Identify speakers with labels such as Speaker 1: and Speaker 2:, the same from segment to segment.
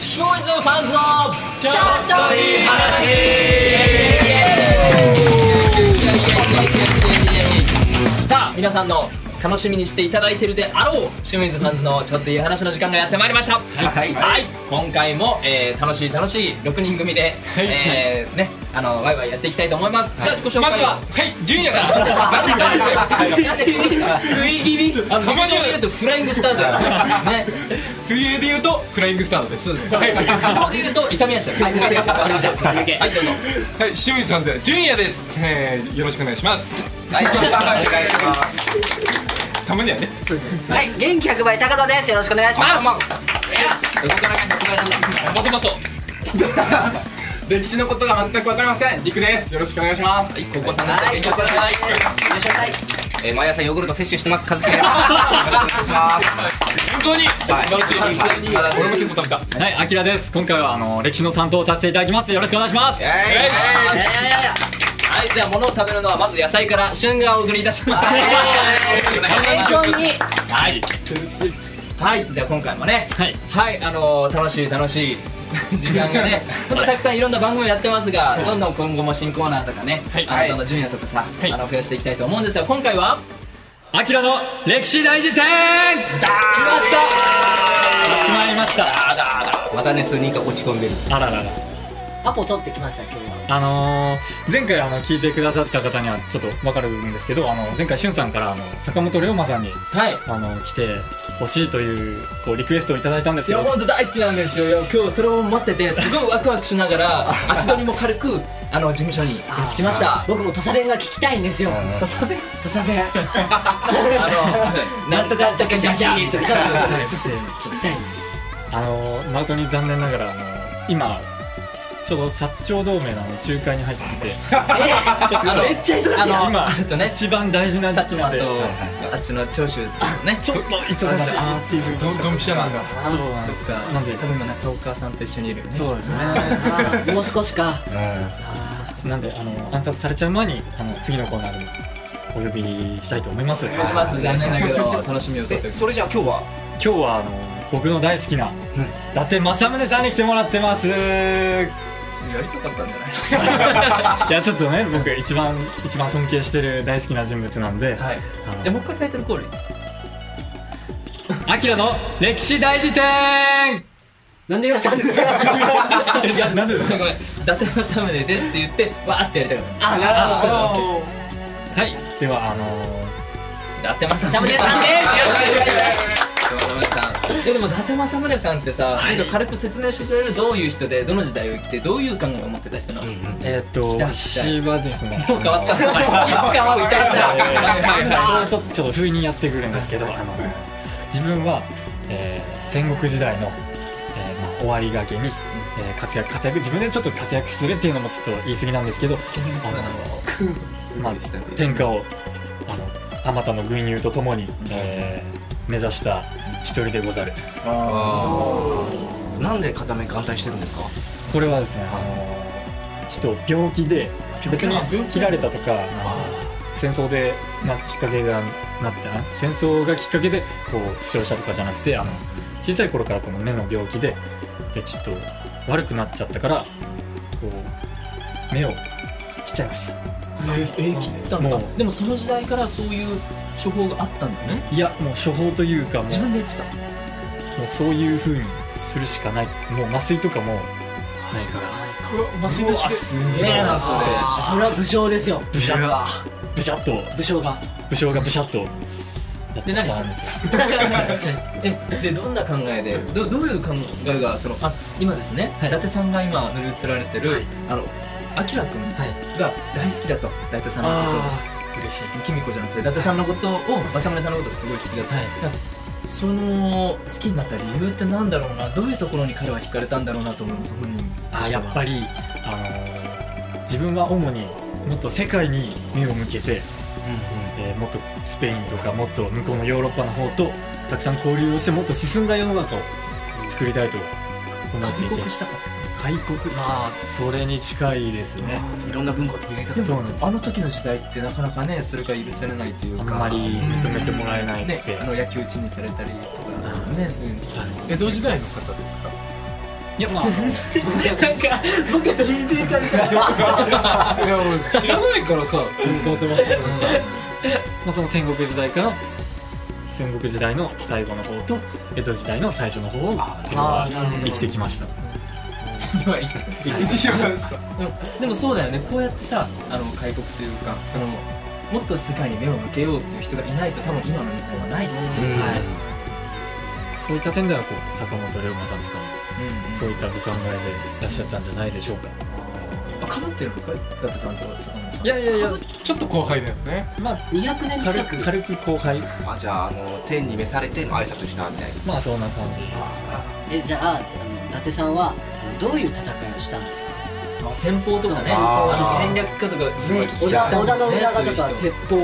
Speaker 1: ファンズのちょっといい話さあ皆さんの楽しみにしていただいてるであろう清水ファンズのちょっといい話の時間がやってまいりましたはい、今回も、えー楽しい楽しい6人組で、えーねあのワイワイやっていきたいと思います、じゃあご紹介を
Speaker 2: まずは、はい、ジュニアから。
Speaker 1: なんでなんでなんで食い気味あの
Speaker 2: たまには
Speaker 1: で言うとフライングスタートやからね
Speaker 2: 水泳で言うと、フライングスタートです。はい、
Speaker 1: 相撲で言うと勇み足だはいわかりましたはいどうぞ
Speaker 2: はい、清水さんで、ジュニアです。えーよろしくお願いします。
Speaker 3: はい、お願いします。
Speaker 2: たまにはね。
Speaker 4: はい、元気100倍高田です。よろしくお願いします。
Speaker 1: 動かなきゃ動かなきゃ
Speaker 2: まそまそ。
Speaker 5: 歴史のことが全く分かりません陸ですよろしくお願いします
Speaker 1: はい高校さんです勉強してください
Speaker 4: いらっしゃいませ。
Speaker 3: えー、毎朝ヨーグルト摂取してます。カズキです。よろしくお願いします。
Speaker 2: 本当に。素晴らしい。俺も今朝食べた。
Speaker 6: はい、あきらです。今回はあの歴史の担当をさせていただきます。よろしくお願いします。
Speaker 3: えい
Speaker 1: いやいやいやいやはいじゃあ物を食べるのはまず野菜から旬がお送りいたします
Speaker 4: 勉強に。
Speaker 6: はい。
Speaker 1: はいじゃあ今回もね
Speaker 6: はい。
Speaker 1: はいあのー楽しい楽しい時間がね本当たくさんいろんな番組をやってますがどんどん今後も新コーナーとかね
Speaker 2: はい
Speaker 1: あのどんどんジュニアとかさあの増やしていきたいと思うんですが今回は
Speaker 6: あきらの歴史大辞典。だー。ました。決まりました。
Speaker 3: またね、数人が落ち込んでる。
Speaker 6: あららら。
Speaker 4: アポ取ってきました、今日は。
Speaker 6: あのー、前回あの聞いてくださった方にはちょっと分かるんですけど、あの前回しゅんさんからあの坂本龍馬さんに
Speaker 1: はい
Speaker 6: あの来てほしいというこうリクエストをいただいたんで
Speaker 1: い
Speaker 6: すけ
Speaker 1: や
Speaker 6: ど、
Speaker 1: 本当大好きなんですよいや今日それを待っててすごいワクワクしながら足取りも軽くあの事務所にやってきました
Speaker 4: 僕も土佐弁が聞きたいんですよ。土佐弁土 佐弁。あ
Speaker 1: のなんとかじゃけじゃじゃ
Speaker 4: そうそう聞きたい。
Speaker 6: あのー、誠に残念ながらあのー、今ちょうど薩長同盟のあの仲介に入ってきて。
Speaker 4: めっちゃ忙しい
Speaker 1: あの
Speaker 4: な。
Speaker 6: 今
Speaker 1: あと ね
Speaker 6: 一番大事な
Speaker 1: 薩
Speaker 6: 時期
Speaker 1: 摩
Speaker 6: なんで
Speaker 1: とあっちの長州ね
Speaker 6: ちょっと忙しい
Speaker 1: あ
Speaker 6: っていう
Speaker 2: ドンドンピシャなんだ。
Speaker 6: そうなん
Speaker 1: そっ
Speaker 6: です
Speaker 1: か
Speaker 6: なんで
Speaker 1: 多分今中岡さんと一緒にいるよね
Speaker 6: そう ですね
Speaker 4: もう少しか。
Speaker 6: なんであの暗殺されちゃう前にあの次のコーナーにお呼びしたいと思います
Speaker 1: お願いします残念だけど楽しみを取って
Speaker 3: それじゃあ今日は、
Speaker 6: 今日はあの僕の大好きな、伊達政宗さんに来てもらってますい
Speaker 1: やりたかったんじゃない
Speaker 6: やちょっとね僕一番一番尊敬してる大好きな人物なんで、
Speaker 1: はい
Speaker 6: あの
Speaker 1: じゃあもう一回タイトルコールいいですか
Speaker 6: アキラの歴史大辞典
Speaker 4: なんで言わせたんですか
Speaker 6: いや なんでだ
Speaker 1: ごめんごめん伊達政宗ですって言ってわーってやりたかっ
Speaker 4: あ、なるほど。
Speaker 6: はいではあの
Speaker 1: た伊達政宗
Speaker 4: 宗さんですよろしくお願いします
Speaker 1: いやでも伊達政宗さんってさ、なんか軽く説明してくれるどういう人でどの時代を生きてどういう考えを持ってた人なの、もう
Speaker 6: えーっと
Speaker 1: た
Speaker 6: 私はですね
Speaker 1: 変わったのいつ変わったんだ
Speaker 6: ちょっとちょっと不意にやってくるんですけど、あの自分は、えー戦国時代の、えーまあ、終わりがけに、えー活躍活躍自分でちょっと活躍するっていうのもちょっと言い過ぎなんですけど、あのまあ天下をあのあまたの軍友とともに、えー目指した一人でござる。
Speaker 3: なんで片目眼帯してるんですか
Speaker 6: これはですね、あのちょっと病気で別に切られたとかあの戦争で、まあ、きっかけがなってな戦争がきっかけでこう負傷したとかじゃなくてあの小さい頃からこの目の病気ででちょっと悪くなっちゃったからこう目を切っちゃいました
Speaker 1: えー、切ったんだ
Speaker 6: もう
Speaker 1: でもその時代からそういう処方があったんだね
Speaker 6: いやもう処方というかも
Speaker 1: 自
Speaker 6: う
Speaker 1: 分でやってた
Speaker 6: もうそういう風にするしかないもう麻酔とかもないから
Speaker 1: 麻酔のすげえなそれ
Speaker 4: それは武将ですよ。
Speaker 6: ブシャッブシャッと
Speaker 4: 武将が。
Speaker 6: 武将がブシャッとや っ
Speaker 1: で
Speaker 6: ちゃ
Speaker 1: 何
Speaker 6: っ
Speaker 1: したたん
Speaker 6: んです
Speaker 1: ですかえでどんな考えでどどういう考えがそのあ今ですね、伊達さんが今塗り移られてる、あのあきらくん
Speaker 6: はい
Speaker 1: が大好きだと伊達さんのこと嬉しいきみこじゃなくて伊達さんのことを政宗さんのことすごい好きだと、
Speaker 6: はい
Speaker 1: だからその好きになった理由ってなんだろうなどういうところに彼は惹かれたんだろうなと思います本人
Speaker 6: あやっぱ
Speaker 1: り
Speaker 6: り、あのー自分は主にもっと世界に目を向けて、えーもっとスペインとかもっと向こうのヨーロッパの方とたくさん交流をしてもっと進んだ世の中を作りたいと思っていて
Speaker 1: 帰国したかった
Speaker 6: 開国まあそれに近いですね
Speaker 3: いろんな文化を取り入れた
Speaker 1: で
Speaker 6: そう
Speaker 1: も
Speaker 6: なんです
Speaker 1: あの時の時代ってなかなかねそれが許されないというか
Speaker 6: あんまり認めてもらえなくて、
Speaker 1: ね、あの野球打ちにされたりとかねそういうの
Speaker 2: 江戸時代の方ですか。
Speaker 6: いいやまあ
Speaker 4: なんかボケと言いついちゃうから
Speaker 2: いや俺知らないからさ
Speaker 6: どうでもいいけどさまあその戦国時代から戦国時代の最後の方と江戸時代の最初の方を自分は生きてきました
Speaker 1: 今生きてるでもそうだよねこうやってさあの開国というかそのもっと世界に目を向けようっていう人がいないと多分今の日本はないと思うんですよ、はい
Speaker 6: そういった点ではこう坂本龍馬さんとかもそういったご考えでいらっしゃったんじゃないでしょうか
Speaker 1: あかぶってるんですか伊達さんとか坂本さん
Speaker 6: いやいやいや
Speaker 2: ちょっと後輩だよね
Speaker 6: まあ
Speaker 4: 200年近
Speaker 6: 軽
Speaker 4: く
Speaker 6: く軽く後輩
Speaker 3: あじゃああの天に召されての挨拶したみたいな
Speaker 6: まあそんな感じ
Speaker 4: えじゃああの伊達さんはどういう戦いをしたんですか
Speaker 1: あ戦法とかねあ
Speaker 3: あー
Speaker 1: と戦略家とかすごい聞
Speaker 4: 織
Speaker 1: きた
Speaker 4: 田
Speaker 1: い
Speaker 4: 織田信長
Speaker 1: ね
Speaker 4: とか
Speaker 1: そういう人
Speaker 4: 鉄砲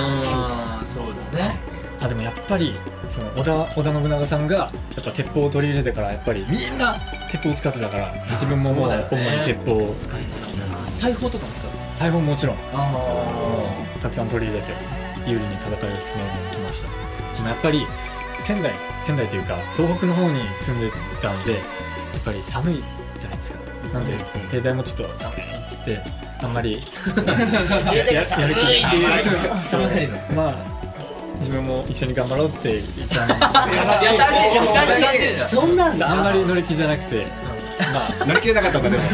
Speaker 1: あーそうだね
Speaker 6: あでもやっぱりその織田織田信長さんがやっぱ鉄砲を取り入れてからやっぱりみんな鉄砲を使ってたから自分もも
Speaker 1: そう
Speaker 6: う
Speaker 1: だよね
Speaker 6: 主に鉄砲を
Speaker 1: 使いた大砲とかも使って
Speaker 6: 大砲もちろん
Speaker 1: あ
Speaker 6: たくさん取り入れて有利に戦いを進めにきましたでもやっぱり仙台仙台というか東北の方に住んでたんでやっぱり寒いじゃないですかなんで兵隊もちょっと寒いっつってあんまりやややる気
Speaker 4: 寒いって
Speaker 6: ない
Speaker 1: 寒がりの
Speaker 6: まあ自分も一緒に頑張ろうって言ったんで
Speaker 1: 優しい優しい優しいな
Speaker 4: そんなん
Speaker 6: あんま
Speaker 4: だ
Speaker 6: り乗り気じゃなくて、まあ、
Speaker 3: 乗り切れなかったのかでも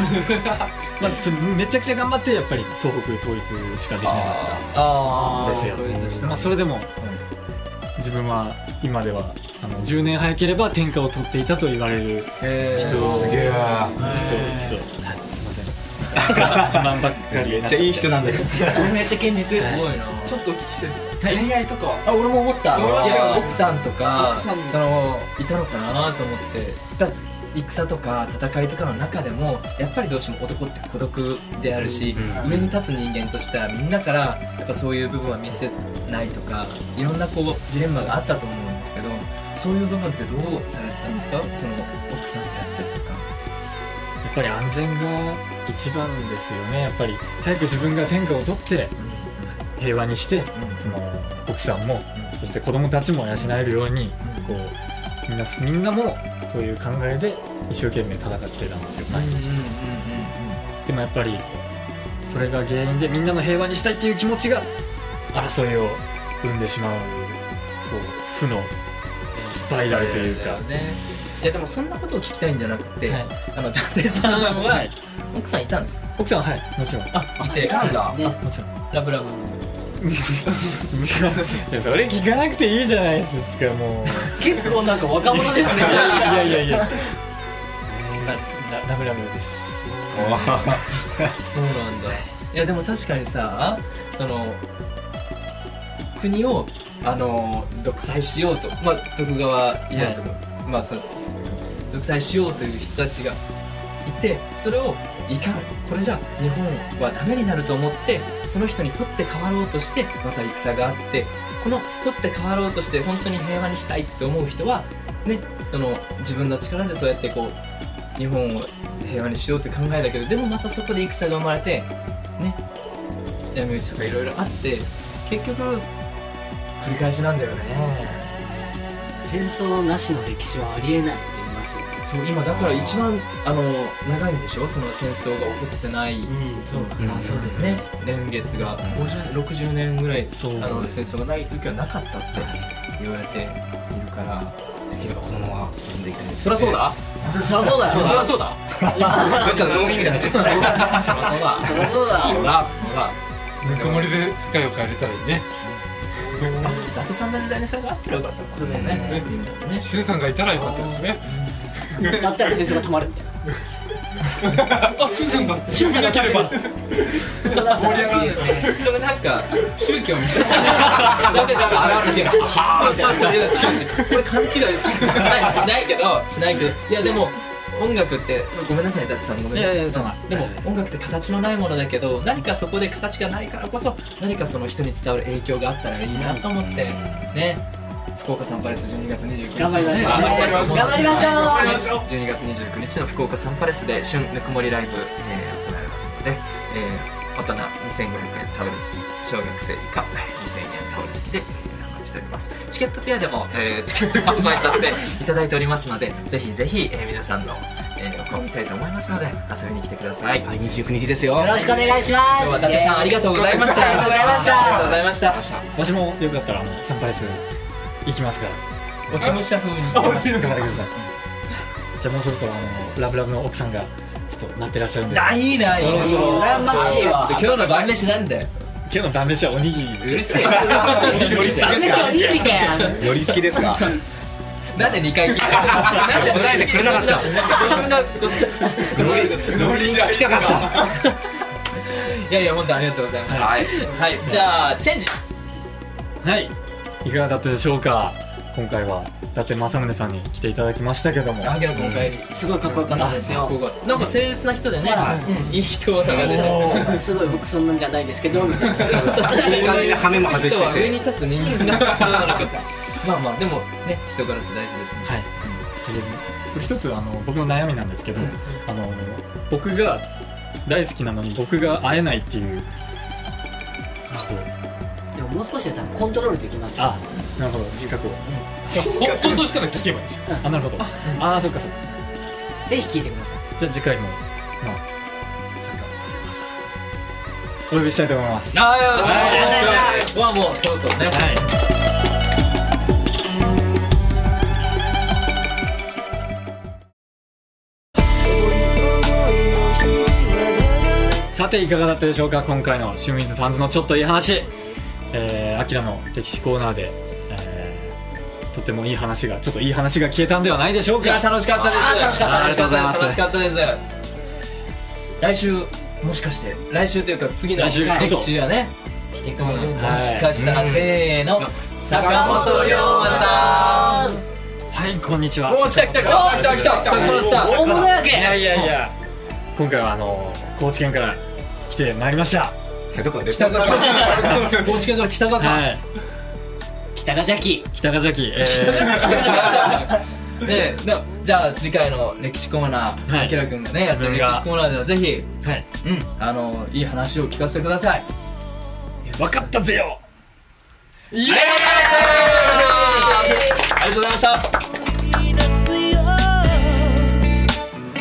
Speaker 6: まあ、つめちゃくちゃ頑張ってやっぱり東北統一しかできなかった
Speaker 1: あ
Speaker 6: んですよ
Speaker 1: 統一した
Speaker 6: まあ、それでも、自分は今ではあの10年早ければ天下を取っていたと言われる
Speaker 1: へー
Speaker 6: 人を
Speaker 3: すげえわ
Speaker 6: ちょっとちょっと、はい、すいません 自慢ばっかりになっちゃって
Speaker 3: 人なんだけど
Speaker 4: めっちゃ堅実
Speaker 1: すごいな
Speaker 5: ちょっとお聞きしたいです、恋愛とかは
Speaker 1: あ俺も思った
Speaker 3: 俺
Speaker 1: いや
Speaker 3: も
Speaker 1: 奥さんとか
Speaker 5: 奥さんも
Speaker 1: そのいたのかなと思ってだ戦とか戦いとかの中でもやっぱりどうしても男って孤独であるし、上に立つ人間としてはみんなからやっぱそういう部分は見せないとかいろんなこうジレンマがあったと思うんですけどそういう部分ってどうされてたんですかその奥さんであったりとか
Speaker 6: やっぱり安全が一番ですよねやっぱり早く自分が天下を取って平和にしてその奥さんもそして子供たちも養えるようにこうみんなみんなもそういう考えで一生懸命戦ってたんですよ毎日でもやっぱりそれが原因でみんなの平和にしたいっていう気持ちが争いを生んでしまうこう負のスパイラルというか
Speaker 1: そうだよねいやでもそんなことを聞きたいんじゃなくて、
Speaker 6: はい
Speaker 1: あの伊達さんは、
Speaker 6: はい
Speaker 1: 奥さんいたんですか
Speaker 6: 奥さんははいもちろん
Speaker 1: あいて
Speaker 3: なんだ
Speaker 4: ね
Speaker 6: もちろん
Speaker 1: ラブラブ
Speaker 6: いやそれ聞かなくていいじゃないですかもう
Speaker 4: 結構なんか若 者ですね
Speaker 6: いやいやいやララブラブです
Speaker 1: そうなんだいやでも確かにさその国をあの独裁しようとまあ徳川家康とか、まあそう独裁しようという人たちがいてそれをいかんこれじゃ日本はダメになると思ってその人に取って代わろうとしてまた戦があってこの取って代わろうとして本当に平和にしたいって思う人はねその自分の力でそうやってこう日本を平和にしようって考えだけどでもまたそこで戦が生まれてね闇討ちとかいろいろあって結局繰り返しなんだよね
Speaker 4: 戦争なしの歴史はありえないって言いますよ
Speaker 1: そう今だから一番あの長いんでしょその戦争が起こってない、
Speaker 4: うんそうあそうですね
Speaker 1: ね年月が50 60年ぐらい
Speaker 6: そう
Speaker 1: あの戦争がない時はなかったって言われているから
Speaker 3: できればこのまま進んでいきたいです
Speaker 1: そりゃそうだ
Speaker 4: そりゃそうだよ
Speaker 1: そりゃそう だ
Speaker 3: どっかのみたいになっちゃった
Speaker 1: そりゃそうだ
Speaker 4: そりゃそうだ
Speaker 3: よな
Speaker 1: ほら
Speaker 2: ぬくもりで世界を変えれたらいいね
Speaker 1: 伊達さんの時代にそれがあったらよかったのか
Speaker 4: そうだよね
Speaker 1: みんなでね
Speaker 2: シュウさんがいたらよかったですね
Speaker 4: だったら戦争が止まるみたい
Speaker 2: あシュウさんだ
Speaker 4: シュウさんが
Speaker 2: なければ
Speaker 4: な盛り
Speaker 1: いいですねそれなんか宗教みたい なダメダメダメ違うそうそうそういや違う違うこれ勘違いですしないしないけどしないけどいやでも音楽ってごめんなさい伊達さんごめんなさい
Speaker 6: いやそんな
Speaker 1: でも音楽って形のないものだけど何かそこで形がないからこそ何かその人に伝わる影響があったらいいなと思ってね福岡サンパレス12月29日
Speaker 4: 頑張りましょう
Speaker 1: 頑張りましょう
Speaker 4: 頑張りましょう
Speaker 1: 頑張りましょう12月29日の福岡サンパレスで旬ぬくもりライブ、えー行われますので、えー大人2500円タオル付き小学生以下2000円タオル付きで、えー販売しておりますチケットペアでも、えーチケット販売させていただいておりますのでぜひぜひ、えー皆さんの、ええー、録音みたいと思いますので遊びに来てください。
Speaker 3: はい、29日ですよ。
Speaker 4: ろしくお願いします
Speaker 1: 今日は伊達さんありがとうございました。
Speaker 4: ありがとうございました
Speaker 1: ありがとうございました。
Speaker 6: もしもよかったらあの参拝する行きますから
Speaker 1: おちもしゃ風に。
Speaker 6: 頑張ってくださいじゃあもうそろそろあのラブラブの奥さんがちょっと待ってらっしゃるんで
Speaker 1: あ、いいな、いいな。
Speaker 4: 羨ましいわ
Speaker 1: 今日の晩飯なんだよ。
Speaker 6: 今日のダメじゃおにぎ
Speaker 1: う
Speaker 6: り
Speaker 1: るせえ。
Speaker 4: ダメじゃおにぎりかよ
Speaker 3: 寄り付きですか。
Speaker 1: なんで二回聞いたなんで
Speaker 3: 答えてくれなかった
Speaker 1: そんなこと
Speaker 3: 乗り、乗りに行きたかった。
Speaker 1: いやいや本当ありがとうございましたはい、じゃあチェンジ
Speaker 6: はいいかがだったでしょうか今回は伊達政宗さんに来ていただきましたけども
Speaker 1: あげろ今回に
Speaker 4: すごいかっこよかったですよ
Speaker 1: なんか誠実な人でねいい人柄が出て
Speaker 4: すごい僕そんなんじゃないですけどみたいな
Speaker 1: る
Speaker 3: いい感じで羽目も外してて
Speaker 1: 人は上に立つ人間だからまあまあでもね人柄って大事ですね
Speaker 6: はい、でこれ一つあの僕の悩みなんですけど、あの僕が大好きなのに僕が会えないっていうちょっと
Speaker 4: でももう少しで多分コントロールできますよ
Speaker 6: あなるほど人格を
Speaker 2: 放送したら聞けばいいじゃん
Speaker 6: あなるほどああそっかそっか
Speaker 4: ぜひ聞いてください
Speaker 6: じゃあ次回もまあ参加お呼びしたいと思います
Speaker 1: ああよしはもうとうとうね
Speaker 6: はいさていかがだったでしょうか今回の「シューミーズファンズのちょっといい話」えー、アキラの歴史コーナーで、えーとてもいい話がちょっといい話が消えたんではないでしょう
Speaker 1: いや
Speaker 6: か
Speaker 1: 楽しかったです
Speaker 4: あー楽しかった
Speaker 1: 楽しかったです
Speaker 6: あ
Speaker 1: 楽
Speaker 6: り
Speaker 1: しかったです来週もしかして来週というか次の
Speaker 6: 来週こそ
Speaker 1: 来週はね来てくれるも
Speaker 6: はい
Speaker 1: しかしたらせーの坂本龍馬さん
Speaker 6: はいこんにちは
Speaker 1: おー来た来た来た来た来た坂本さん
Speaker 4: 大物やけ
Speaker 6: いやいやいや今回はあの高知県から来てまいりました
Speaker 3: どこで
Speaker 1: 北川高知県から北川か
Speaker 6: はい
Speaker 4: 北が邪気
Speaker 6: 北ヶ崎、えー
Speaker 1: ねえでもじゃあ次回の歴史コーナー
Speaker 6: はい
Speaker 1: あきらくんがねやってる歴
Speaker 6: 自分が
Speaker 1: 史コーナーではぜひ
Speaker 6: はい
Speaker 1: うんあのいい話を聞かせてください
Speaker 6: 分かったぜよ
Speaker 1: イエーイありがとうございました